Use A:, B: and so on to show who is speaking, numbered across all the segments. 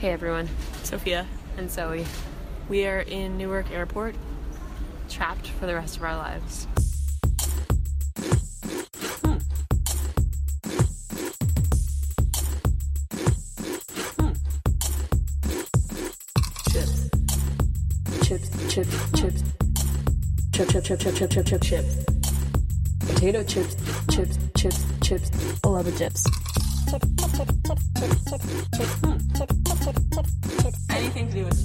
A: Hey everyone,
B: Sophia,
A: and Zoe.
B: we are in Newark Airport.
A: Trapped for the rest of our lives.
B: Chips. Chips, chips, chips. Chip, chip, chip, chip, chip, chip, chip, chip. Potato chips, chips, chips, chips. I love the chips. Anything to do with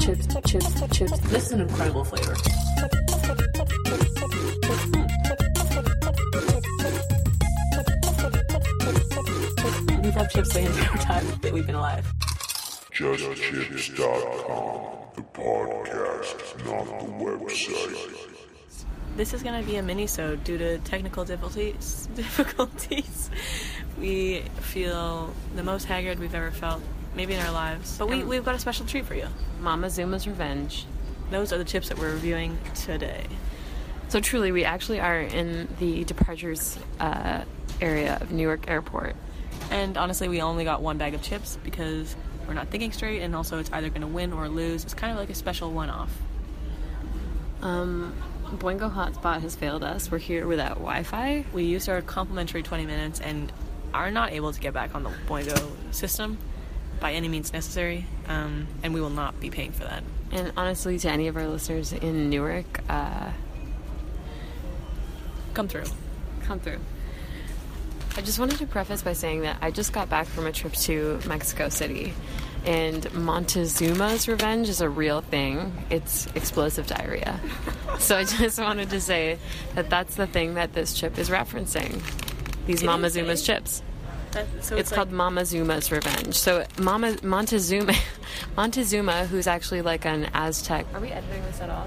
B: chips. Chips, chips, chips. This is an incredible flavor. We've had chips the entire time that we've been alive.
C: JustChips.com, the podcast, not the website.
B: This is going to be a mini-sode due to technical difficulties. Difficulties, we feel the most haggard we've ever felt, maybe in our lives. But we, we've got a special treat for you.
A: Mama Zuma's Revenge.
B: Those are the chips that we're reviewing today.
A: So truly, we actually are in the departures uh, area of Newark Airport.
B: And honestly, we only got one bag of chips because we're not thinking straight, and also it's either going to win or lose. It's kind of like a special one-off.
A: Um, Boingo Hotspot has failed us. We're here without Wi-Fi.
B: We used our complimentary 20 minutes and are not able to get back on the Boingo system by any means necessary, um, and we will not be paying for that.
A: And honestly, to any of our listeners in Newark, uh,
B: Come through.
A: come through. I just wanted to preface by saying that I just got back from a trip to Mexico City, and Montezuma's revenge is a real thing. It's explosive diarrhea. so I just wanted to say that that's the thing that this chip is referencing. These Mama
B: is, it
A: Zuma's
B: is.
A: chips.
B: That, so
A: It's, called Mama Zuma's Revenge. So Mama Montezuma, Montezuma, who's actually like an Aztec. Are we editing this at all?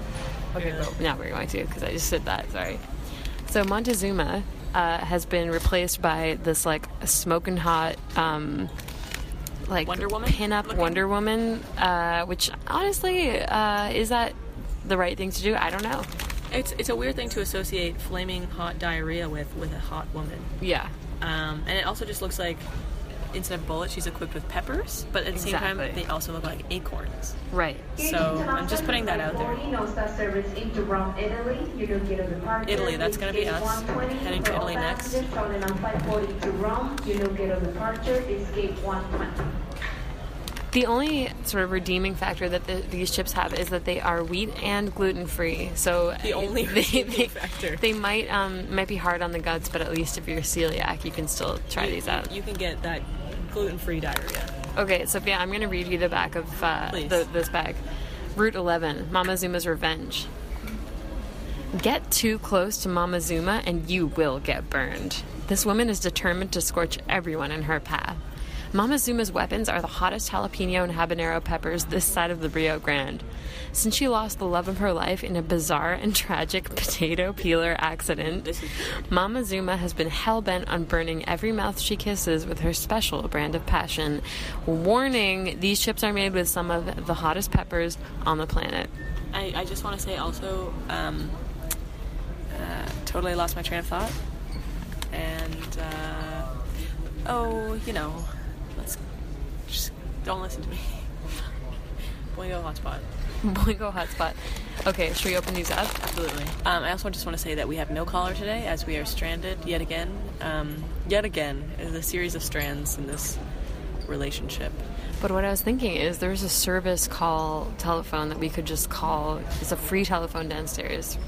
A: Okay,
B: Yeah.
A: cool. No, we're going to because I just said that. Sorry. So Montezuma uh, has been replaced by this like smoking hot, um, like
B: Wonder Woman
A: pin-up
B: looking?
A: Wonder Woman, uh, which honestly uh, is that the right thing to do? I don't know.
B: It's it's a weird thing to associate flaming hot diarrhea with with a hot woman,
A: Yeah.
B: um, and it also just looks like instead of bullets, she's equipped with peppers, but at the same time,
A: Exactly.
B: they also look like acorns.
A: Right.
B: So I'm just putting that out there. Italy,
D: Italy,
B: that's gonna be us. Heading to Italy next.
A: The only sort of redeeming factor that the, these chips have is that they are wheat and gluten free. So
B: The only
A: they,
B: redeeming
A: they,
B: factor.
A: they might um, might be hard on the guts, but at least if you're celiac, you can still try these out.
B: You can get that gluten-free diarrhea.
A: Okay, Sophia, I'm going to read you the back of uh,
B: Please.
A: the, this bag. Route 11, Mama Zuma's Revenge. Get too close to Mama Zuma and you will get burned. This woman is determined to scorch everyone in her path. Mama Zuma's weapons are the hottest jalapeno and habanero peppers this side of the Rio Grande. Since she lost the love of her life in a bizarre and tragic potato peeler accident, Mama Zuma has been hell bent on burning every mouth she kisses with her special brand of passion. Warning these chips are made with some of the hottest peppers on the planet.
B: I, I just want to say also, um, uh, totally lost my train of thought, and uh, oh, you know, let's just don't listen to me. Boingo hotspot.
A: Boingo hotspot. Okay, should we open these up?
B: Absolutely. Um, I also just want to say that we have no caller today, as we are stranded yet again. Um, yet again, is a series of strands in this relationship.
A: But what I was thinking is there's a service call telephone that we could just call. It's a free telephone downstairs.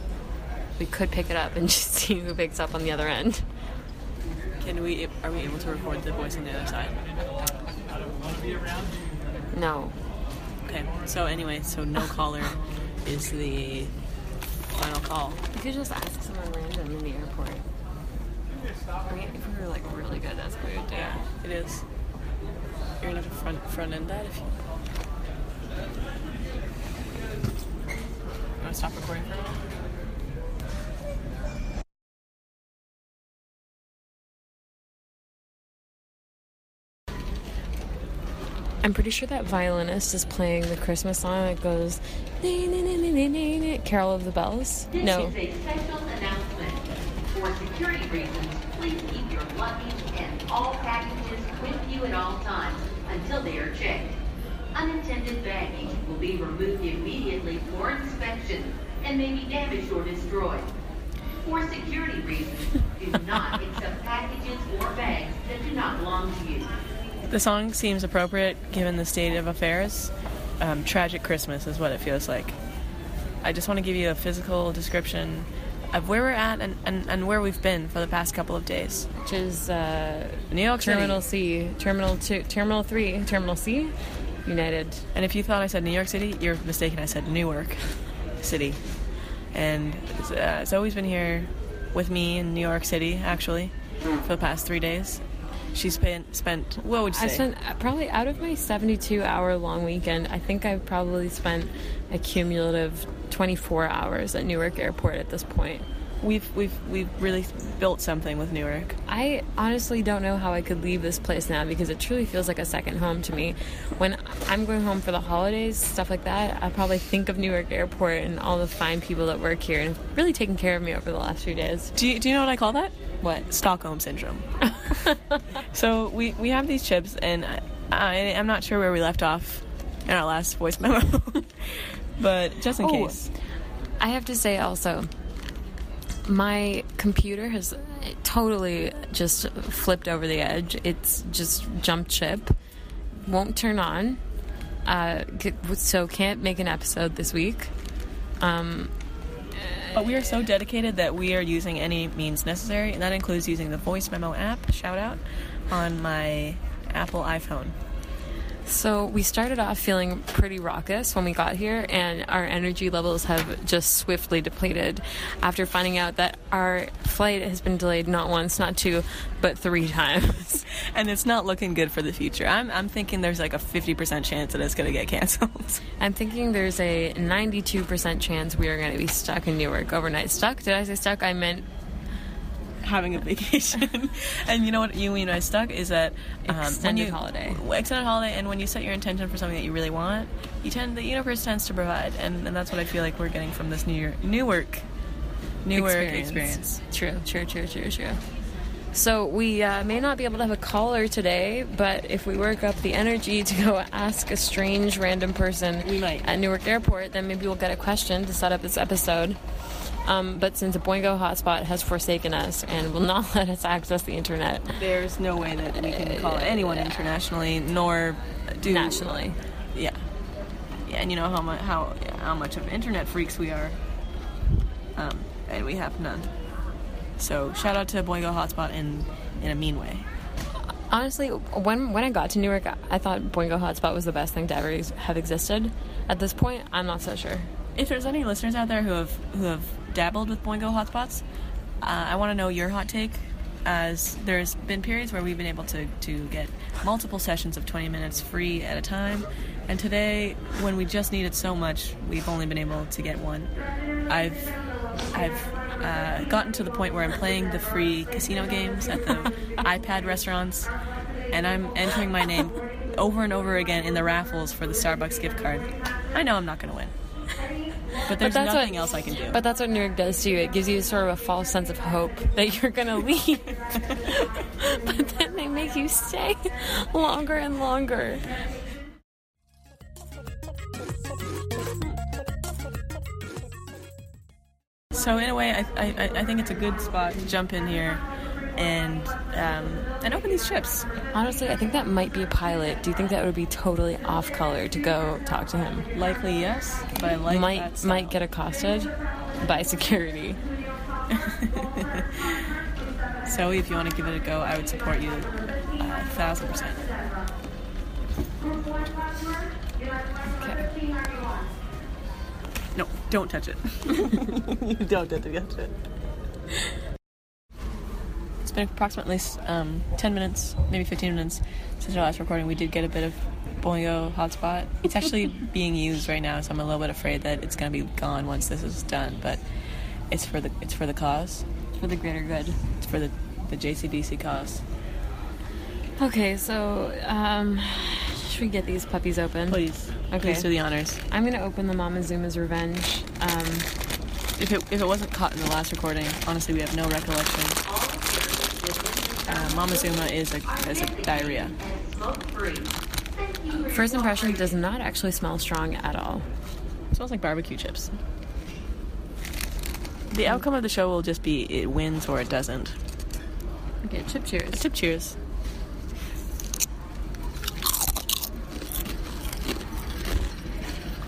A: We could pick it up and just see who picks up on the other end.
B: Can we? Are we able to record the voice on the other side?
A: No.
B: Okay. So anyway, so no caller is the final call.
A: We could just ask someone random in the airport. I mean, if we were like really good, that's what we would do.
B: Yeah, it is. You're gonna have to front front end that if you. You want to stop recording for a minute?
A: I'm pretty sure that violinist is playing the Christmas song that goes "Nee, nee, nee, nee, nee, nee, nee," Carol of the Bells.
D: This
A: No.
D: is a special announcement. For security reasons, please keep your luggage and all packages with you at all times until they are checked. Unintended baggage will be removed immediately for inspection and may be damaged or destroyed. For security reasons, do not accept packages or bags that do not belong to you.
B: The song seems appropriate given the state of affairs. Um, tragic Christmas is what it feels like. I just want to give you a physical description of where we're at and, and, and where we've been for the past couple of days.
A: Which is uh,
B: New York City.
A: Terminal C, Terminal Two, Terminal Three, Terminal C, United.
B: And if you thought I said New York City, you're mistaken. I said Newark City. And uh, Zoe's been here with me in New York City, actually, for the past three days. She's been, spent, what would you say?
A: I spent uh, probably out of my 72 hour long weekend, I think I've probably spent a cumulative 24 hours at Newark Airport at this point.
B: we've, we've, we've really built something with Newark.
A: I honestly don't know how I could leave this place now because it truly feels like a second home to me. When I'm going home for the holidays, stuff like that, I probably think of Newark Airport and all the fine people that work here and have really taken care of me over the last few days.
B: Do you, do you know what I call that?
A: What?
B: Stockholm syndrome. so we, we have these chips, and I, I, I'm not sure where we left off in our last voice memo, but just in
A: Oh.
B: case.
A: I have to say also, my computer has totally just flipped over the edge. It's just jumped ship, won't turn on, uh, c- so can't make an episode this week.
B: But we are so dedicated that we are using any means necessary, and that includes using the voice memo app, shout out, on my Apple iPhone.
A: So we started off feeling pretty raucous when we got here, and our energy levels have just swiftly depleted after finding out that our flight has been delayed not once, not two, but three times.
B: And it's not looking good for the future. I'm, I'm thinking there's like a 50% chance that it's going to get canceled.
A: I'm thinking there's a 92% chance we are going to be stuck in Newark overnight. Stuck? Did I say stuck? I meant
B: having a vacation. and you know what you mean by stuck is that um, when
A: Extended
B: you
A: holiday.
B: w- extended holiday, and when you set your intention for something that you really want, you tend the universe tends to provide, and, and that's what I feel like we're getting from this New Year, Newark, Newark experience.
A: True, true, true, true, true. So we uh, may not be able to have a caller today, but if we work up the energy to go ask a strange random person
B: We might.
A: at Newark Airport, then maybe we'll get a question to set up this episode. Um, but since the Boingo hotspot has forsaken us and will not let us access the internet
B: There's no way that we can call anyone internationally, nor do
A: nationally,
B: Yeah, yeah, and you know how much how how much of internet freaks we are, um, and we have none. So shout out to Boingo Hotspot in in a mean way.
A: honestly, when when I got to Newark, I- I thought Boingo hotspot was the best thing to ever ex- have existed. At this point, I'm not so sure.
B: If there's any listeners out there who have who have dabbled with Boingo hotspots, uh, I want to know your hot take. As there's been periods where we've been able to to get multiple sessions of 20 minutes free at a time, and today when we just needed so much, we've only been able to get one. I've I've uh, gotten to the point where I'm playing the free casino games at the iPad restaurants, and I'm entering my name over and over again in the raffles for the Starbucks gift card. I know I'm not going to win. But there's
A: that's
B: nothing
A: what-
B: else I can do.
A: But that's what Newark does to you. It gives you sort of a false sense of hope that you're going to leave. but then they make you stay longer and longer.
B: So in a way, I, I, I think it's a good spot to jump in here and um, and open these chips.
A: Honestly, I think that might be a pilot. Do you think that would be totally off color to go talk to him?
B: Likely yes, but I like that
A: might
B: style.
A: might get accosted by security.
B: So if you want to give it a go, I would support you a thousand percent.
A: Okay.
B: No, don't touch it. you don't have to touch it. It's been approximately um, 10 minutes, maybe 15 minutes since our last recording. We did get a bit of Boingo hotspot. It's actually being used right now, so I'm a little bit afraid that it's going to be gone once this is done. But it's for the it's for the cause.
A: For the greater good.
B: It's for the the JCBC cause.
A: Okay, so um, should we get these puppies open?
B: Please,
A: Okay.
B: please do the honors.
A: I'm gonna open the Mama Zuma's Revenge. Um,
B: If it, if it wasn't caught in the last recording, honestly, we have no recollection. Uh, Mama Zuma is a, is a diarrhea.
A: first impression does not actually smell strong at all.
B: smells like barbecue chips. The outcome of the show will just be it wins or it doesn't.
A: Okay, chip cheers.
B: Tip cheers.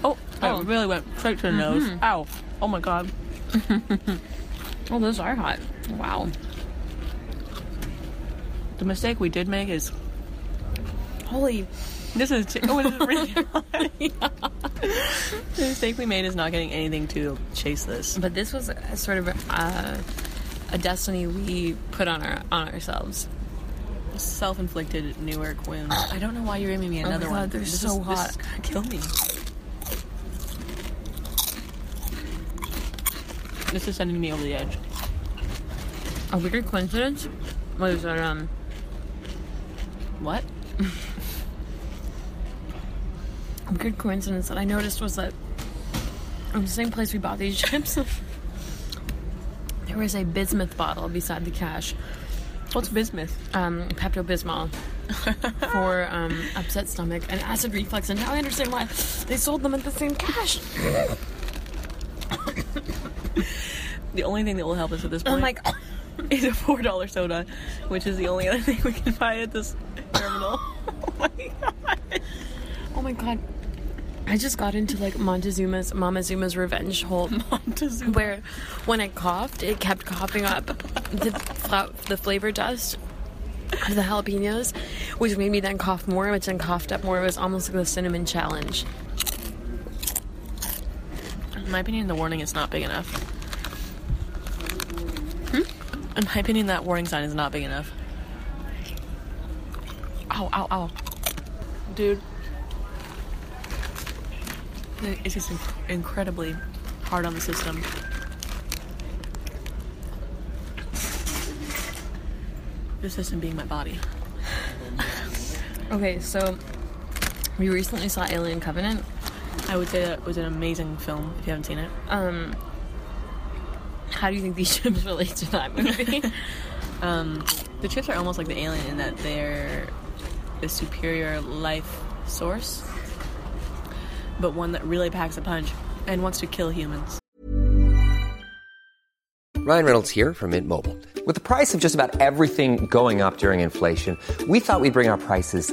B: Oh,
A: Oh.
B: that really went straight to the nose. Ow. Oh my god.
A: Oh, those are hot. Wow.
B: The mistake we did make is. Holy. This is. Chi- oh, this is really. the mistake we made is not getting anything to chase this.
A: But this was a, sort of uh, a destiny we put on our on ourselves.
B: Self inflicted Newark wound. I don't know why you're aiming me another
A: God,
B: one.
A: they're
B: This
A: so
B: is- this
A: hot.
B: is gonna kill me. This is sending me over the edge.
A: A weird coincidence was that um,
B: What?
A: a weird coincidence that I noticed was that in the same place we bought these chips, there was a bismuth bottle beside the cash.
B: What's bismuth?
A: um, Pepto Bismol for um, upset stomach and acid reflux, and now I understand why they sold them at the same cash.
B: The only thing that will help us at this point
A: I'm like,
B: is a four dollar soda, which is the only other thing we can buy at this terminal. oh my god.
A: oh my god. I just got into like Montezuma's Mamazuma's revenge hole,
B: Montezuma.
A: where when I coughed, it kept coughing up the fla- the flavor dust of the jalapenos, which made me then cough more, which then coughed up more. It was almost like the cinnamon challenge.
B: In my opinion, the warning is not big enough. Hmm? In my opinion, that warning sign is not big enough. Ow, ow, ow. Dude. It's just inc- incredibly hard on the system. The system being my body.
A: Okay, so we recently saw Alien Covenant.
B: I would say that was an amazing film if you haven't seen it.
A: How do you think these chips relate to that movie?
B: The chips are almost like the alien in that they're a superior life source, but one that really packs a punch and wants to kill humans.
E: Ryan Reynolds here from Mint Mobile. With the price of just about everything going up during inflation, we thought we'd bring our prices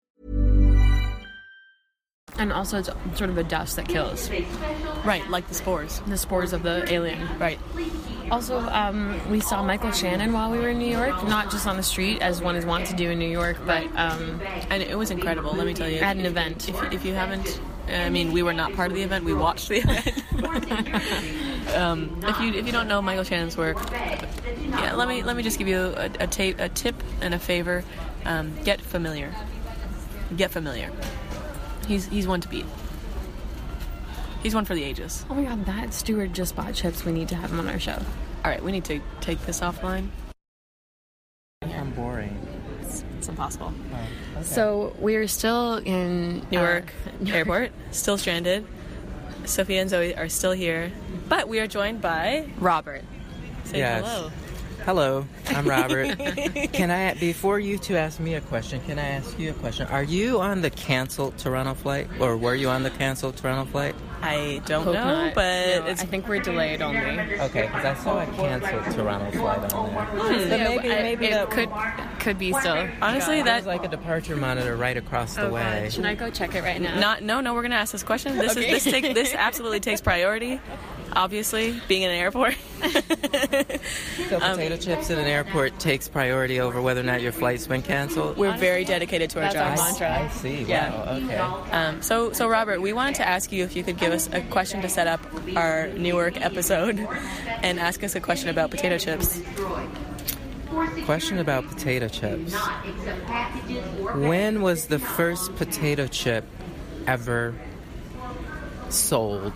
A: and also, it's sort of a dust that kills
B: Right, like the spores.
A: the spores of the alien.
B: Right.
D: Please keep
A: Also, um, we saw Michael Shannon while we were in New York, not just on the street as one is wont to do in New York, but um,
B: and it was incredible. Let me tell you,
A: at an event.
B: If, if you haven't, I mean, we were not part of the event. We watched the event. um, if you if you don't know Michael Shannon's work, yeah, let me let me just give you a, a, ta- a tip and a favor. Um, get familiar. Get familiar. He's he's one to beat. He's one for the ages.
A: Oh my god, that steward just bought chips. We need to have him on our show.
B: All right, we need to take this offline.
F: I'm boring.
B: It's, it's impossible. Uh,
A: So we're still in uh,
B: Newark airport, still stranded. Sophia and Zoe are still here, but we are joined by
A: Robert.
B: say
F: Yes.
B: hello.
F: Hello, I'm Robert. can I, before you two ask me a question, can I ask you a question? Are you on the canceled Toronto flight, or were you on the canceled Toronto flight?
B: I don't
A: Hope
B: know,
A: not.
B: but
A: No,
B: it's
A: I think we're delayed only.
F: Okay, because I saw a canceled Toronto flight on there.
B: Hmm,
A: Yeah,
F: maybe-
A: I-
F: maybe
A: it
F: that-
A: could could be still.
B: honestly
F: There's
B: that
F: like a departure monitor right across the way.
A: Uh, Should I go check it right now?
B: not no no. We're gonna ask this question. This
A: Okay.
B: is this take this absolutely takes priority. Obviously, being in an airport.
F: So
B: Um,
F: potato chips at an airport takes priority over whether or not your flight's been canceled?
B: We're very dedicated to our
A: That's our
B: jobs.
A: mantra.
F: I see. Wow. Okay.
B: Um, so, so Robert, we wanted to ask you if you could give us a question to set up our Newark episode, and ask us a question about potato chips.
F: Question about potato chips.
D: Not accept packages or
F: When was the first potato chip ever sold?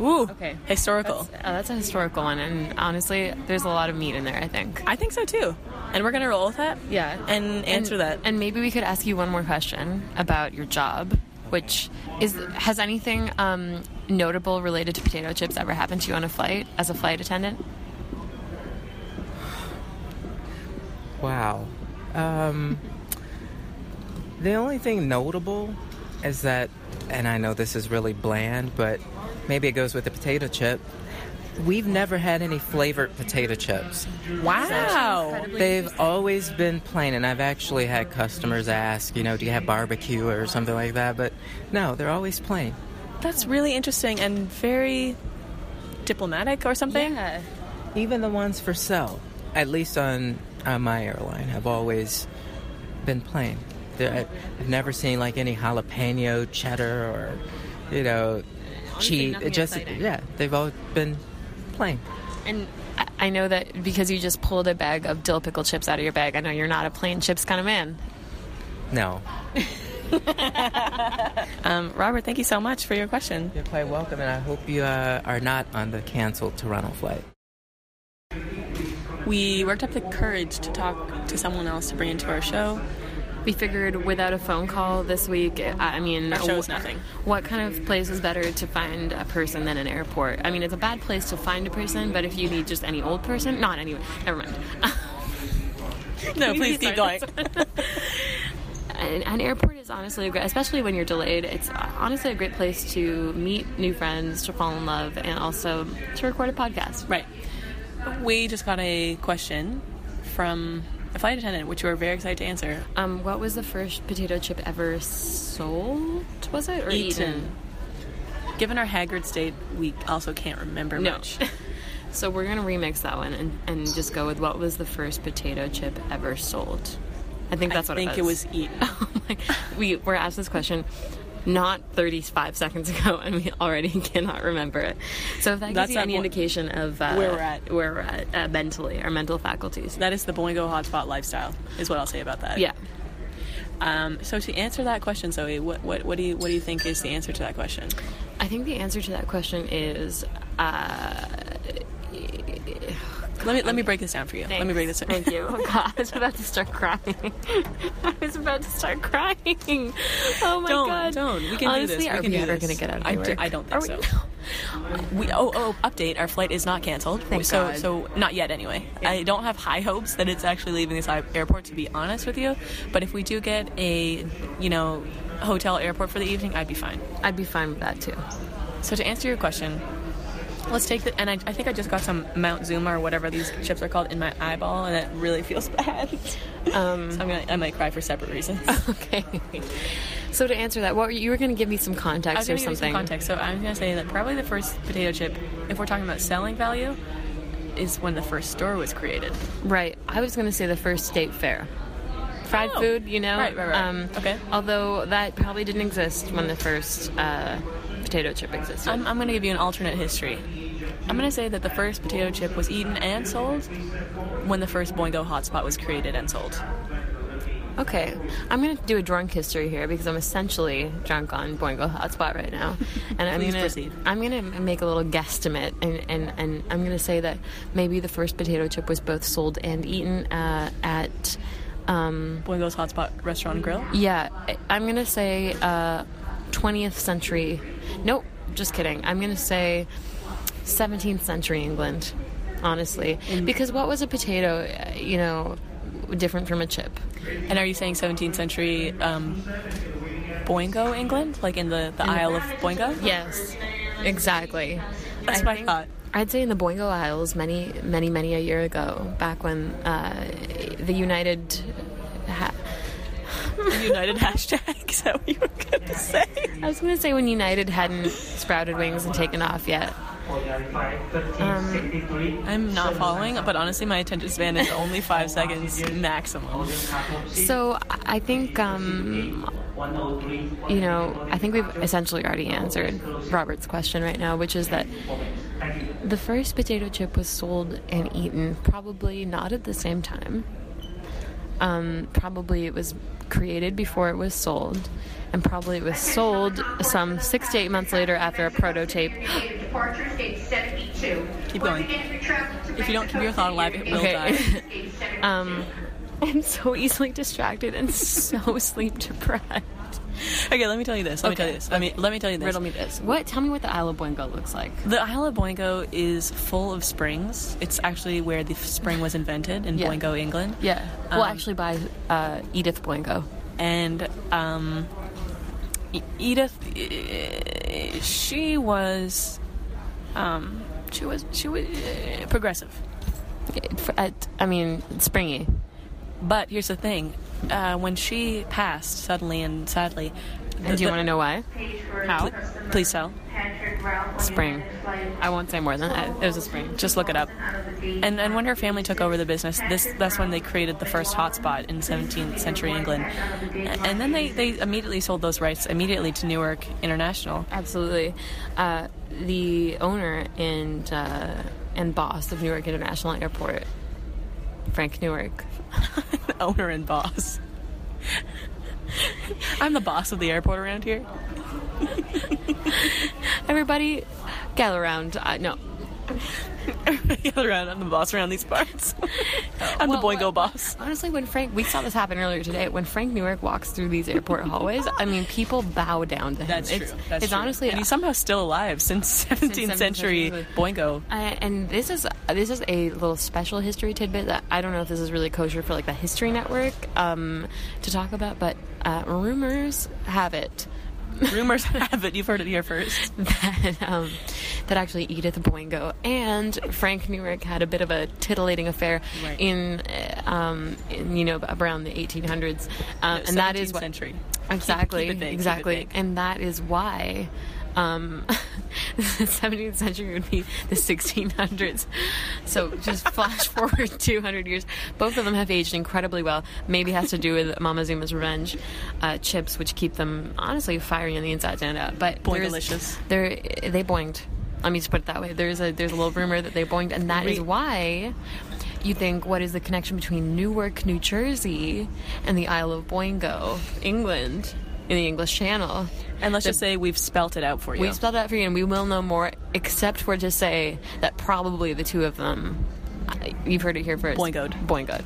B: Ooh,
A: Okay.
B: historical.
A: That's, uh, that's a historical one, and honestly, there's a lot of meat in there. I think.
B: I think so too, and we're gonna roll with that.
A: Yeah.
B: and answer
A: and,
B: that.
A: And maybe we could ask you one more question about your job, which is has anything um, notable related to potato chips ever happened to you on a flight as a flight attendant?
F: Wow. Um, the only thing notable is that, and I know this is really bland, but maybe it goes with the potato chip. We've never had any flavored potato chips.
B: wow,
F: They've always been plain, and I've actually had customers ask, you know, do you have barbecue or something like that? But no, they're always plain.
B: that's really interesting and very diplomatic or something.
F: Even the ones for sale, at least on, on my airline, have always been plain. They're- I- I've never seen like any jalapeno cheddar or, you know, cheese.
A: nothing
F: It just
A: exciting.
F: yeah, they've all been plain.
A: And I- I know that because you just pulled a bag of dill pickle chips out of your bag. I know you're not a plain chips kind of man.
F: No,
B: Um, Robert, thank you so much for your question.
F: you're quite welcome, and I hope you uh, are not on the canceled Toronto flight.
B: We worked up the courage to talk to someone else to bring into our show.
A: We figured without a phone call this week, I I mean,
B: Our show's
A: wh-
B: nothing.
A: What kind of place is better to find a person than an airport? I mean, it's a bad place to find a person, but if you need just any old person, not anyone. Never mind.
B: No, please keep going.
A: an, an airport is honestly a great, especially when you're delayed. It's honestly a great place to meet new friends, to fall in love, and also to record a podcast.
B: Right. We just got a question from a flight attendant, which we were very excited to answer. Uh,
A: Um, what was the first potato chip ever sold? Was it or eaten?
B: Given our haggard state, we also can't remember
A: No.
B: much.
A: So we're gonna remix that one and, and just go with what was the first potato chip ever sold? I think that's
B: I
A: what
B: think
A: it was.
B: it was E. eaten.
A: Oh my- we were asked this question not 35 seconds ago, and we already cannot remember it. So if that
B: That's
A: gives you
B: not
A: any
B: what-
A: indication of uh,
B: Where we're at.
A: where we're at uh, mentally, our mental faculties.
B: That is the Boingo hotspot lifestyle, is what I'll say about that.
A: Yeah.
B: Um, so to answer that question, Zoe, what, what, what do you what do you think is the answer to that question?
A: I think the answer to that question is
B: Let me let me break this down for you. Let me break this down.
A: Thank you. Oh God, I was about to start crying. I was about to start crying. Oh my
B: don't,
A: God!
B: Don't. We can
A: Honestly,
B: do this.
A: Are
B: we can
A: we
B: do
A: ever
B: this.
A: going to get out of
B: I,
A: New
B: do-
A: York?
B: I don't
A: Are
B: think so.
A: we-
B: We, oh, oh, update. Our flight is not canceled.
A: Thank
B: so,
A: God.
B: so not yet anyway. I don't have high hopes that it's actually leaving this hi- airport, to be honest with you. But if we do get a, you know, hotel airport for the evening, I'd be fine.
A: I'd be fine with that too.
B: So to answer your question, let's take the, and I, I think I just got some Mount Zuma or whatever these chips are called in my eyeball, and it really feels bad. Um, so I'm gonna, I might cry for separate reasons.
A: Okay. So to answer that, what were you, you were going to give me some
B: I was
A: context or
B: gonna give you
A: something?
B: some context. So I'm going to say that probably the first potato chip, if we're talking about selling value, is when the first store was created.
A: Right. I was going to say the first state fair. Fried
B: Oh.
A: food, you know? Um,
B: Right, right, right. Okay.
A: Although that probably didn't exist when the first uh, potato chip existed.
B: I'm, I'm going to give you an alternate history. I'm going to say that the first potato chip was eaten and sold when the first Boingo hotspot was created and sold.
A: Okay, I'm gonna do a drunk history here because I'm essentially drunk on Boingo Hotspot right now, and I'm
B: Please
A: gonna
B: proceed.
A: I'm gonna make a little guesstimate, and, and, and I'm gonna say that maybe the first potato chip was both sold and eaten uh, at um,
B: Boingo's Hotspot Restaurant and Grill.
A: Yeah, I- I'm gonna say uh, 20th century. Nope, just kidding. I'm gonna say 17th century England, honestly, because what was a potato? uh, You know, different from a chip.
B: And are you saying 17th century um, Boingo, England? Like in the, the Isle of Boingo?
A: Yes, exactly.
B: That's what I thought.
A: I'd say in the Boingo Isles, many, many, many a year ago, back when uh, the United. Ha-
B: The United hashtag. Is that what you were going to say?
A: I was going to say when United hadn't sprouted wings and taken off yet.
B: Um, I'm not following, but honestly, my attention span is only five seconds maximum.
A: So I think, um, you know, I think we've essentially already answered Robert's question right now, which is that the first potato chip was sold and eaten probably not at the same time. Um, probably it was created before it was sold, and probably it was sold some six to eight months later after a prototype.
D: Departure state 72.
B: Keep going. If you don't keep your thought alive, it will die.
A: Okay. um, I'm so easily distracted and so sleep deprived.
B: Okay, let me tell you this. Let me tell you this. Let me let me tell you this.
A: Riddle me this. What? Tell me what the Isle of Boingo looks like.
B: The Isle of Boingo is full of springs. It's actually where the f- spring was invented in
A: Yeah.
B: Boingo, England.
A: Yeah. Well,
B: Um,
A: actually, by uh, Edith Boingo.
B: And um, E- Edith, eh, she was, um, she was she was eh, progressive.
A: At, I mean, springy.
B: But here's the thing: uh, when she passed suddenly and sadly,
A: And do you want to know why?
B: how? Please tell.
A: Spring. I won't say more than that. It was a spring.
B: Just look it up. And and when her family took over the business, this that's when they created the first hotspot in 17th century England. And then they, they immediately sold those rights immediately to Newark International.
A: Absolutely. Uh, the owner and uh, and boss of Newark International Airport, Frank Newark.
B: The owner and boss. I'm the boss of the airport around here.
A: Everybody, gather around. Uh, no,
B: Gather around, I'm the boss around these parts. I'm the
A: Well,
B: Boingo
A: well,
B: boss.
A: Honestly, when Frank, we saw this happen earlier today. When Frank Newark walks through these airport hallways, I mean, people bow down to him.
B: That's true.
A: It's,
B: That's
A: it's
B: true.
A: honestly,
B: and he's somehow still alive since 17th,
A: 17th
B: century
A: century.
B: Boingo.
A: I, and this is this is a little special history tidbit that I don't know if this is really kosher for like the History Network um, to talk about, but uh, rumors have it
B: Rumors have it, you've heard it here first.
A: that um, that actually Edith Boingo and Frank Newark had a bit of a titillating affair
B: Right.
A: in, uh, um, in you know around the 1800s, um, and that is
B: 17th
A: what
B: century.
A: exactly
B: Keep- keep it big, keep it
A: exactly,
B: big.
A: and that is why. Um, the 17th century would be the 1600s. So just flash forward 200 years. Both of them have aged incredibly well. Maybe has to do with Mama Zuma's Revenge uh, chips, which keep them honestly fiery on the inside and out. But there's-
B: Boingalicious.
A: they're they boinged. Let me just put it that way. There's a there's a little rumor that they boinged, and that is
B: Re-
A: why you think what is the connection between Newark, New Jersey, and the Isle of Boingo, England, in the English Channel.
B: And let's just say we've spelt it out for you.
A: We've spelled it out for you, and we will know more. Except for to say that probably the two of them, I- you've heard it here first.
B: Boingoed.
A: Boingoed.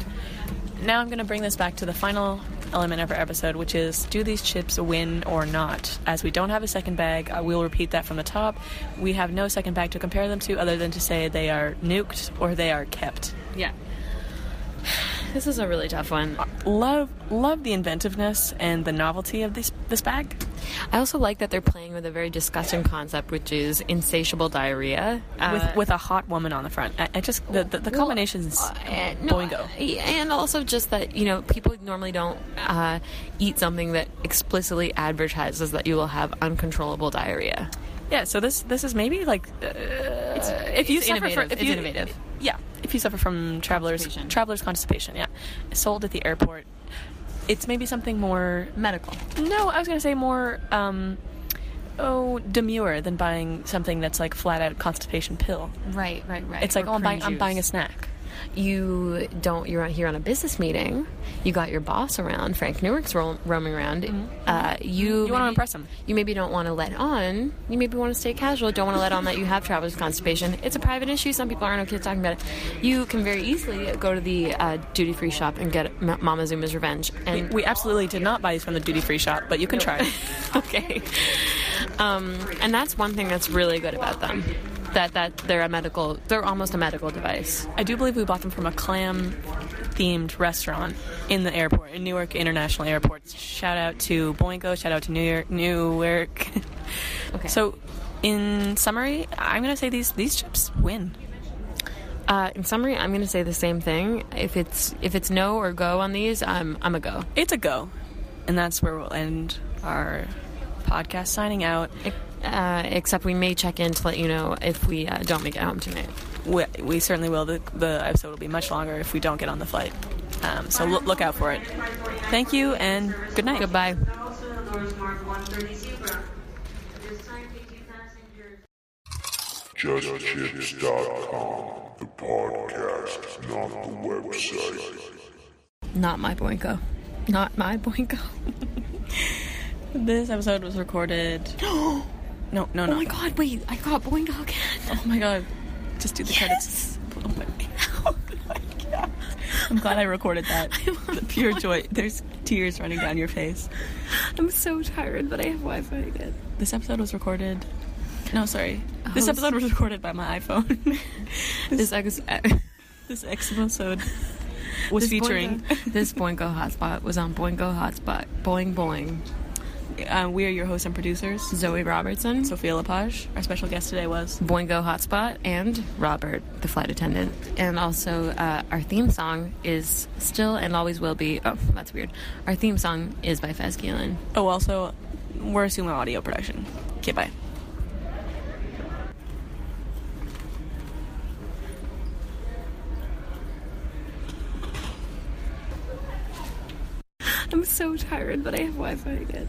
B: Now I'm going to bring this back to the final element of our episode, which is do these chips win or not? As we don't have a second bag, I will repeat that from the top. We have no second bag to compare them to other than to say they are nuked or they are kept.
A: Yeah. This is a really tough one.
B: Love love the inventiveness and the novelty of this this bag.
A: I also like that they're playing with a very disgusting concept, which is insatiable diarrhea. Uh,
B: with, with a hot woman on the front, I, I just the the, the combinations
A: Uh, no,
B: boingo.
A: uh, and also just that you know people normally don't uh, eat something that explicitly advertises that you will have uncontrollable diarrhea.
B: Yeah, so this this is maybe like uh, if you
A: it's
B: suffer
A: innovative.
B: from if
A: It's
B: you,
A: innovative.
B: Yeah, if you suffer from traveler's traveler's constipation, yeah, sold at the airport. It's maybe something more medical. No, I was gonna say more um, oh demure than buying something that's like flat out constipation pill.
A: Right, right, right.
B: It's like
A: Or
B: oh, I'm buying
A: prune
B: I'm buying a
A: juice.
B: snack.
A: You don't. You're out here on a business meeting. You got your boss around. Frank Newark's ro- roaming around. Uh, you
B: Mm-hmm. You wanna
A: maybe-
B: impress him.
A: You maybe don't want to let on. You maybe want to stay casual. Don't want to let on that you have traveler's constipation. It's a private issue. Some people aren't okay with talking about it. You can very easily go to the uh, duty free shop and get M- Mama Zuma's revenge.
B: We,
A: And
B: we absolutely did not buy these from the duty free shop, but you can try.
A: okay. Um, and that's one thing that's really good about them. That that they're a medical. They're almost a medical device.
B: I do believe we bought them from a clam themed restaurant in the airport, in Newark International Airport. Shout out to Boingo, shout out to New York Newark.
A: Okay.
B: So in summary, I'm gonna say these these chips win.
A: Uh, in summary, I'm going to say the same thing. If it's if it's no or go on these, I'm I'm a go.
B: It's a go. And that's where we'll end our podcast signing out.
A: Uh, except we may check in to let you know if we uh, don't make it home tonight.
B: We, we certainly will. The, the episode will be much longer if we don't get on the flight. Um, so look, look out for it. Thank you and good night.
A: Goodbye.
D: Also, doors marked 130 zebra. This time, take two passengers.
C: JustChips.com, the podcast, not the website.
A: Not my boinko. Not my boinko.
B: This episode was recorded. no, no, no.
A: Oh my god! Wait, I got boinko again.
B: Oh my god. Just do the credits. Oh my, god. I'm glad I recorded that. The pure joy. There's tears running down your face.
A: I'm so tired, but I have Wi-Fi again.
B: This episode was recorded. No, sorry. Oh, This episode was recorded by my iPhone.
A: This ex- uh,
B: this episode was
A: this
B: featuring
A: Boingo, this boinko hotspot was on boinko hotspot. Boing boing.
B: uh, we are your hosts and producers,
A: Zoe Robertson,
B: Sophia Lepage. Our special guest today was
A: Boingo Hotspot, and Robert, the flight attendant. And also, uh, our theme song is still and always will be. Oh, that's weird. Our theme song is by Fez Keelan.
B: oh, also we're assuming audio production. Okay, bye.
A: I'm so tired, but I have Wi Fi again.